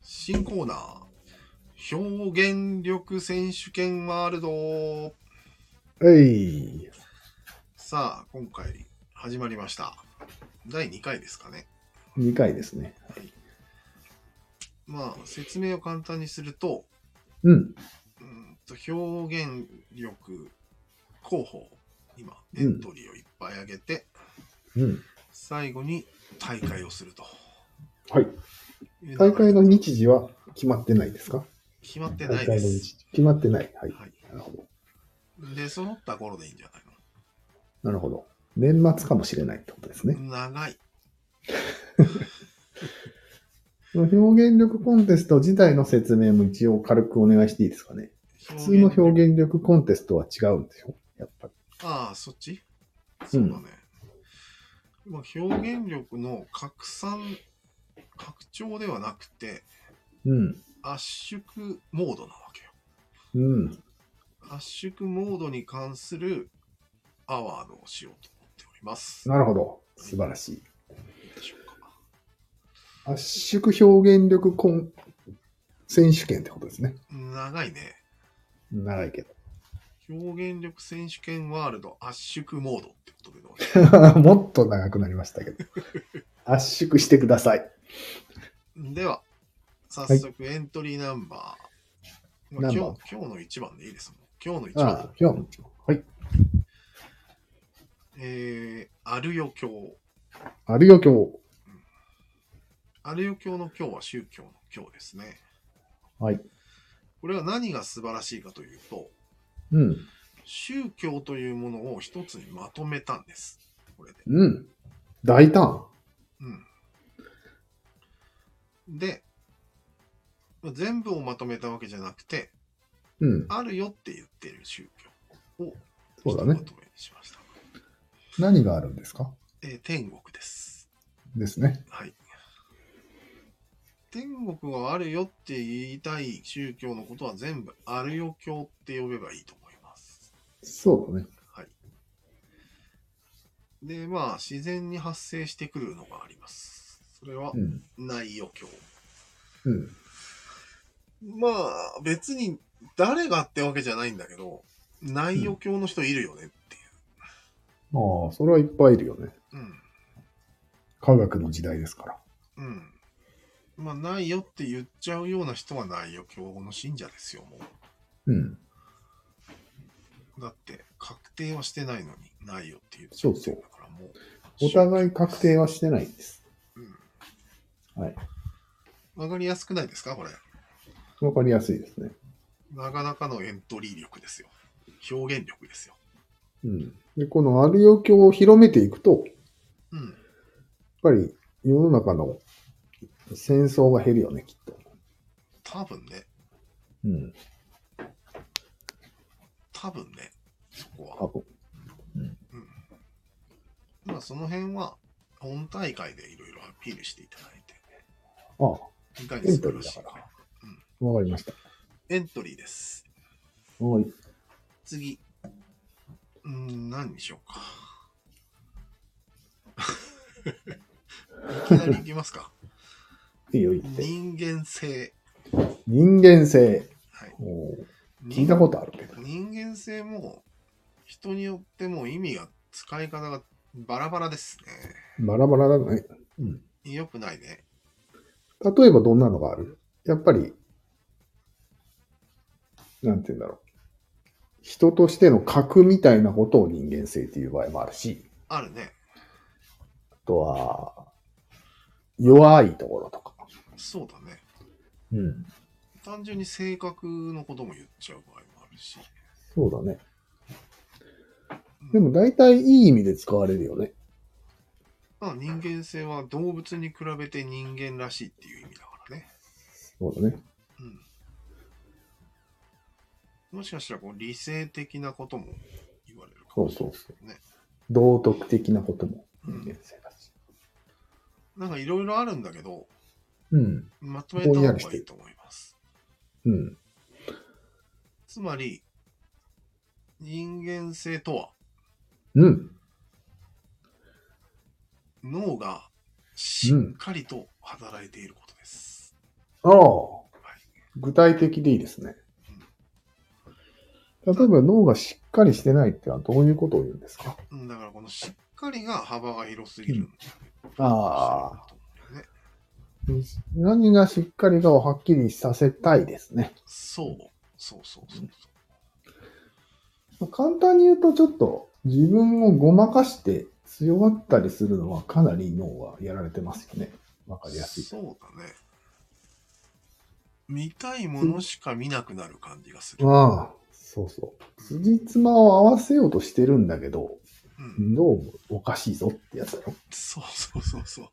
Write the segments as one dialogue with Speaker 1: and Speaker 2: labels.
Speaker 1: 新コーナー。表現力選手権ワールド。
Speaker 2: はい。
Speaker 1: さあ、今回始まりました。第2回ですかね。
Speaker 2: 2回ですね。
Speaker 1: まあ、説明を簡単にすると、
Speaker 2: うん。
Speaker 1: うーんと表現力候補、今、エントリーをいっぱい上げて、
Speaker 2: うん。
Speaker 1: 最後に大会をすると
Speaker 2: はい。
Speaker 1: いう流れ。
Speaker 2: 大会の日時は決まってないですか
Speaker 1: 決まってな
Speaker 2: 大
Speaker 1: いで
Speaker 2: 会の
Speaker 1: す。
Speaker 2: 日時。決まってない。はい。
Speaker 1: はい。
Speaker 2: なるほど。
Speaker 1: で、揃った頃でいいんじゃないの
Speaker 2: なるほど。年末かもしれないってことですね。
Speaker 1: 長い。
Speaker 2: 表現力コンテスト自体の説明も一応軽くお願いしていいですかね。
Speaker 1: 普
Speaker 2: 普通の表現力コンテストは違うんでしょやっぱり。
Speaker 1: ああ、そっちそうだね。まあ、表現力の拡散、拡張ではなくて、
Speaker 2: うん。
Speaker 1: 圧縮モードなわけよ。
Speaker 2: うん。
Speaker 1: 圧縮モードに関するアワードをしようと思っております。
Speaker 2: なるほど。素晴らしい。
Speaker 1: いいでしょうか。
Speaker 2: 圧縮表現力コン選手権ってことですね。
Speaker 1: 長いね。
Speaker 2: 長いけど。
Speaker 1: 表現力選手権ワールド圧縮モードってことでどう
Speaker 2: もっと長くなりましたけど。圧縮してください。
Speaker 1: では、早速エントリーナンバー。まあ
Speaker 2: ナンバ
Speaker 1: 今
Speaker 2: ー
Speaker 1: 日今日の一番でいいですもん。今日の一
Speaker 2: あ
Speaker 1: 番
Speaker 2: あ。、今日もはい。
Speaker 1: えー、アルヨ教。
Speaker 2: あるよ、今日。
Speaker 1: アルヨ教の教は宗教の教ですね。
Speaker 2: はい。
Speaker 1: これは何が素晴らしいかというと、
Speaker 2: うん。
Speaker 1: 宗教というものを一つにまとめたんです。これで。
Speaker 2: うん。大胆。
Speaker 1: うん。で、まあ全部をまとめたわけじゃなくて、
Speaker 2: うん。
Speaker 1: あるよって言ってる宗教を
Speaker 2: そ
Speaker 1: ひと
Speaker 2: うだ
Speaker 1: ま
Speaker 2: ね。
Speaker 1: とめにしました。
Speaker 2: 何があるんですか
Speaker 1: えー天国です。
Speaker 2: ですね。
Speaker 1: はい。天国はあるよって言いたい宗教のことは全部あるよ教って呼べばいいと思います。
Speaker 2: そうだね。
Speaker 1: はい。で、まあ、自然に発生してくるのがあります。それは
Speaker 2: うん。
Speaker 1: 内容教。
Speaker 2: うん。
Speaker 1: まあ、別に誰がってわけじゃないんだけど、内容教の人いるよねってい
Speaker 2: ああ、それはいっぱいいるよね。
Speaker 1: う。
Speaker 2: 科学の時代ですから。
Speaker 1: うん。うん。まあ、ないよって言っちゃうような人は内容教の信者ですよ、も
Speaker 2: うん。
Speaker 1: う。だって、確定はしてないのに、ないよって言っちゃってるんだから、もう。
Speaker 2: お互い確定はしてないんです。はい。
Speaker 1: わかりやすくないですか、これ。
Speaker 2: わかりやすいですね。
Speaker 1: なかなかのエントリー力ですよ。表現力ですよ。
Speaker 2: うん。で、このあるよ、今日を広めていくと、
Speaker 1: うん。
Speaker 2: やっぱり世の中の戦争が減るよね、きっと。
Speaker 1: 多分ね、
Speaker 2: うん、
Speaker 1: 多分ね、そこは
Speaker 2: 多。分。
Speaker 1: まあ、その辺は、本大会でいろいろアピールしていただい
Speaker 2: あ
Speaker 1: て、いかに
Speaker 2: エン
Speaker 1: 素
Speaker 2: ト
Speaker 1: 晴
Speaker 2: リ
Speaker 1: ら
Speaker 2: ーだ
Speaker 1: しい
Speaker 2: か、
Speaker 1: から
Speaker 2: わかりました。
Speaker 1: エントリーです。
Speaker 2: はい。
Speaker 1: 次。うーん、何にしようか。 いきなりいきます か。
Speaker 2: いいよ、いいって。
Speaker 1: 人間性。
Speaker 2: 人間性。
Speaker 1: はい、
Speaker 2: おー聞いたことあるけど。
Speaker 1: 人間性も人によってもう意味が使い方がバラバラです
Speaker 2: バラバラだね。うん。
Speaker 1: ね。よくないね。
Speaker 2: 例えばどんなのがあるやっぱり、なんて言うんだろう。人としての格みたいなことを人間性っていう場合もあるし、
Speaker 1: あるね。
Speaker 2: あとは、弱いところとか。
Speaker 1: そうだね。
Speaker 2: うん。
Speaker 1: 単純に性格のことも言っちゃう場合もあるし。
Speaker 2: そうだ
Speaker 1: う
Speaker 2: ね。
Speaker 1: ん
Speaker 2: でも大体いい意味で使われるよね。
Speaker 1: まあ人間性は動物に比べて人間らしいっていう意味だからね。
Speaker 2: そうだね。
Speaker 1: うん。もしかしたらこう理性的なことも言われるか
Speaker 2: そ
Speaker 1: も
Speaker 2: う
Speaker 1: しれ
Speaker 2: そ
Speaker 1: な
Speaker 2: う
Speaker 1: い。
Speaker 2: そう。
Speaker 1: ね
Speaker 2: 道徳的なことも人間性だし。
Speaker 1: なんかいろいろあるんだけど、
Speaker 2: うん。
Speaker 1: まとめた方がいいと思います。
Speaker 2: うん。
Speaker 1: つまり、人間性とは、
Speaker 2: うん。
Speaker 1: 脳がしっかりと働いていることです。
Speaker 2: ああ。具体的でいいですね。例えば脳がしっかりしてないってのはどういうことを言うんですか
Speaker 1: うんだからこのしっかりが幅が広すぎるんだよね。
Speaker 2: あ
Speaker 1: そういうことだよね
Speaker 2: あ。何がしっかりかをはっきりさせたいですね。
Speaker 1: そう、そうそうそうそ
Speaker 2: 簡単に言うとちょっと自分をごまかして強がったりするのはかなり脳はやられてますよね。わか
Speaker 1: う。
Speaker 2: りやすい。
Speaker 1: そうだね。見たいものしか見なくなる感じがする。
Speaker 2: ああ、そうそう。辻褄を合わせようとしてるんだけど、
Speaker 1: うん、
Speaker 2: どうもおかしいぞってやつだよ。
Speaker 1: そうそうそう そう。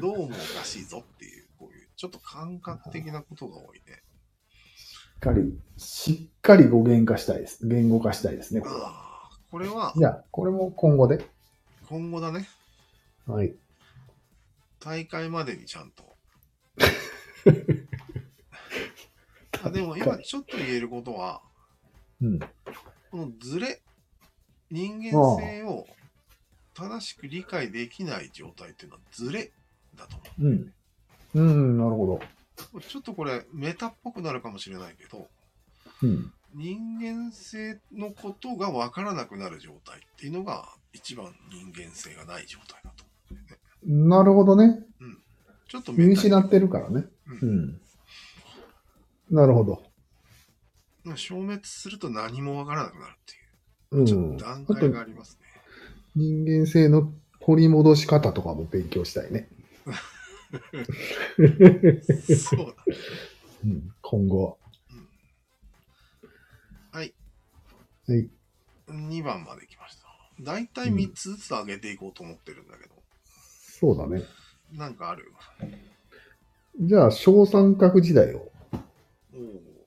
Speaker 1: どうもおかしいぞっていう、こういうちょっと感覚的なことが多いね。
Speaker 2: しっかり、しっかり語源化したいです。言語化したいですね。これは
Speaker 1: ああ、これは
Speaker 2: じゃあ、これも今後で。
Speaker 1: 今後だね。
Speaker 2: はい。
Speaker 1: 大会までにちゃんと。あでも今ちょっと言えることは、
Speaker 2: うん。
Speaker 1: このズレ、人間性を正しく理解できない状態っていうのはズレだと思
Speaker 2: うん。うん、なるほど。
Speaker 1: う。ちょっとこれメタっぽくなるかもしれないけど、
Speaker 2: うん。
Speaker 1: 人間性のことが分からなくなる状態っていうのが一番人間性がない状態だと思うんだよね。
Speaker 2: なるほどね。
Speaker 1: ちょっと
Speaker 2: 見
Speaker 1: メタ
Speaker 2: 失ってるからね。
Speaker 1: う
Speaker 2: うんん。なるほど。
Speaker 1: 消滅すると何も分からなくなるっていう。
Speaker 2: うん。
Speaker 1: ちょっと段階がありますね。
Speaker 2: 人間性の取り戻し方とかも勉強したいね。
Speaker 1: そうだ。
Speaker 2: うん、今後。
Speaker 1: はい。
Speaker 2: はい。
Speaker 1: 2番まで来ました。大体3つずつ上げていこうと思ってるんだけど、
Speaker 2: そうだね。
Speaker 1: なんかある
Speaker 2: じゃあ、小三角時代を
Speaker 1: おお。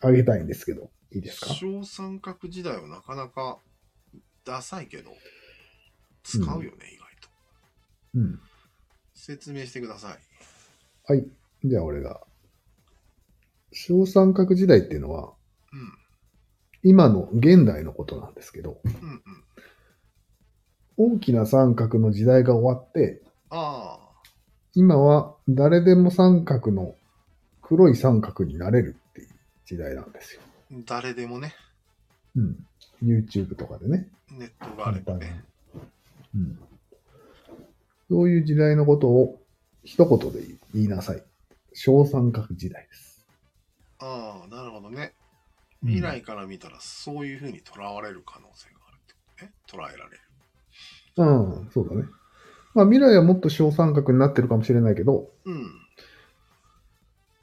Speaker 2: あげたいんですけど、いいですか
Speaker 1: 小三角時代はなかなかダサいけど、使うよね、意外と。
Speaker 2: うん。
Speaker 1: 説明してください。
Speaker 2: はい。じゃあ、俺が。小三角時代っていうのは、
Speaker 1: うん。
Speaker 2: 今の現代のことなんですけど、
Speaker 1: うんうん。
Speaker 2: 大きな三角の時代が終わって、
Speaker 1: ああ。
Speaker 2: 今は誰でも三角の黒い三角になれるっていう時代なんですよ。
Speaker 1: 誰でもね、
Speaker 2: うん。YouTube とかでね。
Speaker 1: ネットがあればね。
Speaker 2: うん。そういう時代のことを一言で言いなさい。小三角時代です。
Speaker 1: ああ、なるほどね。
Speaker 2: うん
Speaker 1: 未来から見たらそういうふうにとらわれる可能性があるってことね。捉えられる。
Speaker 2: うん、そうだね。まあ未来はもっと小三角になってるかもしれないけど、
Speaker 1: うん。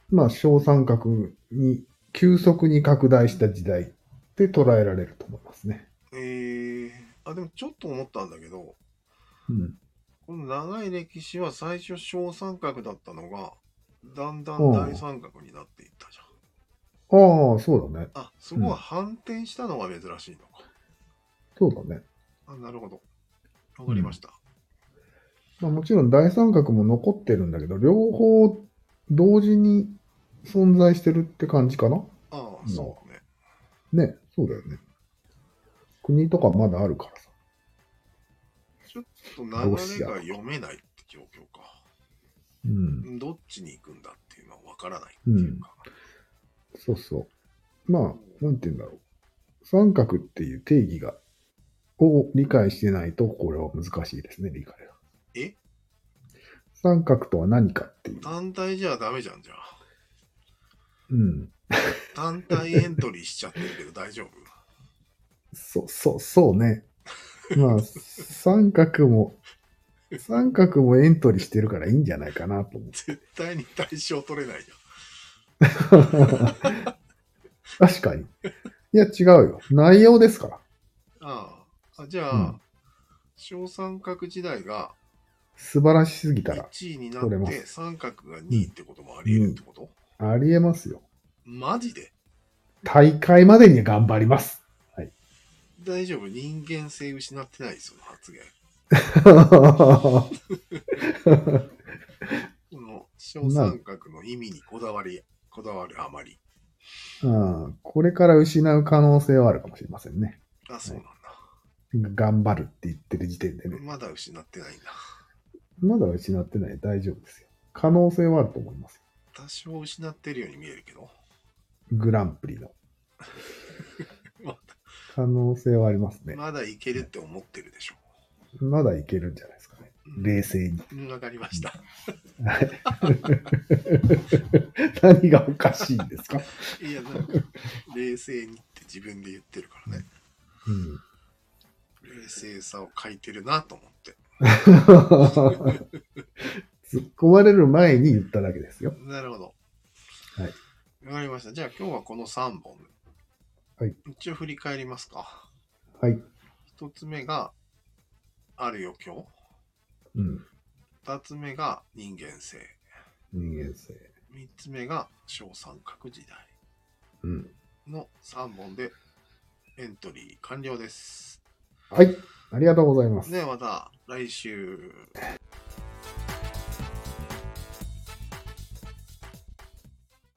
Speaker 2: まあ小三角に急速に拡大した時代って捉えられると思いますね。
Speaker 1: えー、あでもちょっと思ったんだけど
Speaker 2: うん。
Speaker 1: この長い歴史は最初小三角だったのがだんだ
Speaker 2: うん
Speaker 1: ん大三角になっていったじ
Speaker 2: ああ、そうだね。
Speaker 1: ゃんあそこは反転したのが珍しいのか、
Speaker 2: そうだね。
Speaker 1: あなるほどわかりました、
Speaker 2: まあ、もちろん大三角も残ってるんだけど、両方同時に存在してるって感じかな
Speaker 1: あ
Speaker 2: う
Speaker 1: あ
Speaker 2: ん
Speaker 1: そうだね
Speaker 2: ね、そうだよね。国とかまだあるからさ。
Speaker 1: ちょっ
Speaker 2: ロ
Speaker 1: と流
Speaker 2: シ
Speaker 1: れ
Speaker 2: ア
Speaker 1: が読めないって状況か
Speaker 2: うん。
Speaker 1: どっちに行くんだっていうのはわからないっていうか、
Speaker 2: そうそう。まあ、なんて言うんだろう。三角っていう定義が、を理解してないと、これは難しいですね、理解が。
Speaker 1: え
Speaker 2: 三角とは何かっていう。
Speaker 1: 単体じゃダメじゃんじゃあ
Speaker 2: うん。
Speaker 1: 単体エントリーしちゃってるけど大丈夫
Speaker 2: そう、そう、そうね。まあ、 三角も、三角もエントリーしてるからいいんじゃないかなと思う。
Speaker 1: 絶対に対象取れないじゃん
Speaker 2: 確かに。いや、違うよ。内容ですから。
Speaker 1: ああ、あじゃあ、
Speaker 2: うん
Speaker 1: 小三角時代が
Speaker 2: 素晴らしすぎたら、
Speaker 1: 1位にな
Speaker 2: 取れ
Speaker 1: っ
Speaker 2: ま
Speaker 1: て、
Speaker 2: す
Speaker 1: 三角が2位ってこともあり得るってこと、
Speaker 2: ありえますよ。
Speaker 1: マジで
Speaker 2: 大会までに頑張ります。
Speaker 1: 大丈夫人間性失ってないその発言。この小三角の意味にこだわり、こだわるあまり。
Speaker 2: うんこれから失う可能性はあるかもしれませんね。
Speaker 1: あ、そうなんだ。
Speaker 2: 頑張るって言ってる時点でね。
Speaker 1: まだ失ってないんだ。
Speaker 2: まだ失ってない。大丈夫ですよ。可能性はあると思います。
Speaker 1: 多少失ってるように見えるけど。
Speaker 2: グランプリの
Speaker 1: まだ
Speaker 2: 可能性はありますね。
Speaker 1: まだいけるって思ってるでしょ
Speaker 2: まだいけるんじゃないですかね。
Speaker 1: う。
Speaker 2: 冷静に。
Speaker 1: う んわかりました。
Speaker 2: はい何がおかしいんですか、
Speaker 1: いや、 なんか、冷静にって自分で言ってるからね。
Speaker 2: うん
Speaker 1: 冷静さを欠いてるなと思って。
Speaker 2: 突っ込まれる前に言っただけですよ。
Speaker 1: なるほど。
Speaker 2: はい。
Speaker 1: わかりました。じゃあ今日はこの3本。
Speaker 2: はい。
Speaker 1: 一応振り返りますか。
Speaker 2: はい。
Speaker 1: 一つ目が、ある余興。
Speaker 2: うん。
Speaker 1: 二つ目が人間性。
Speaker 2: 人間性。
Speaker 1: 三つ目が小三角時代
Speaker 2: うん。
Speaker 1: の3本でエントリー完了です。
Speaker 2: はい。ありがとうございます。
Speaker 1: ではまた来週。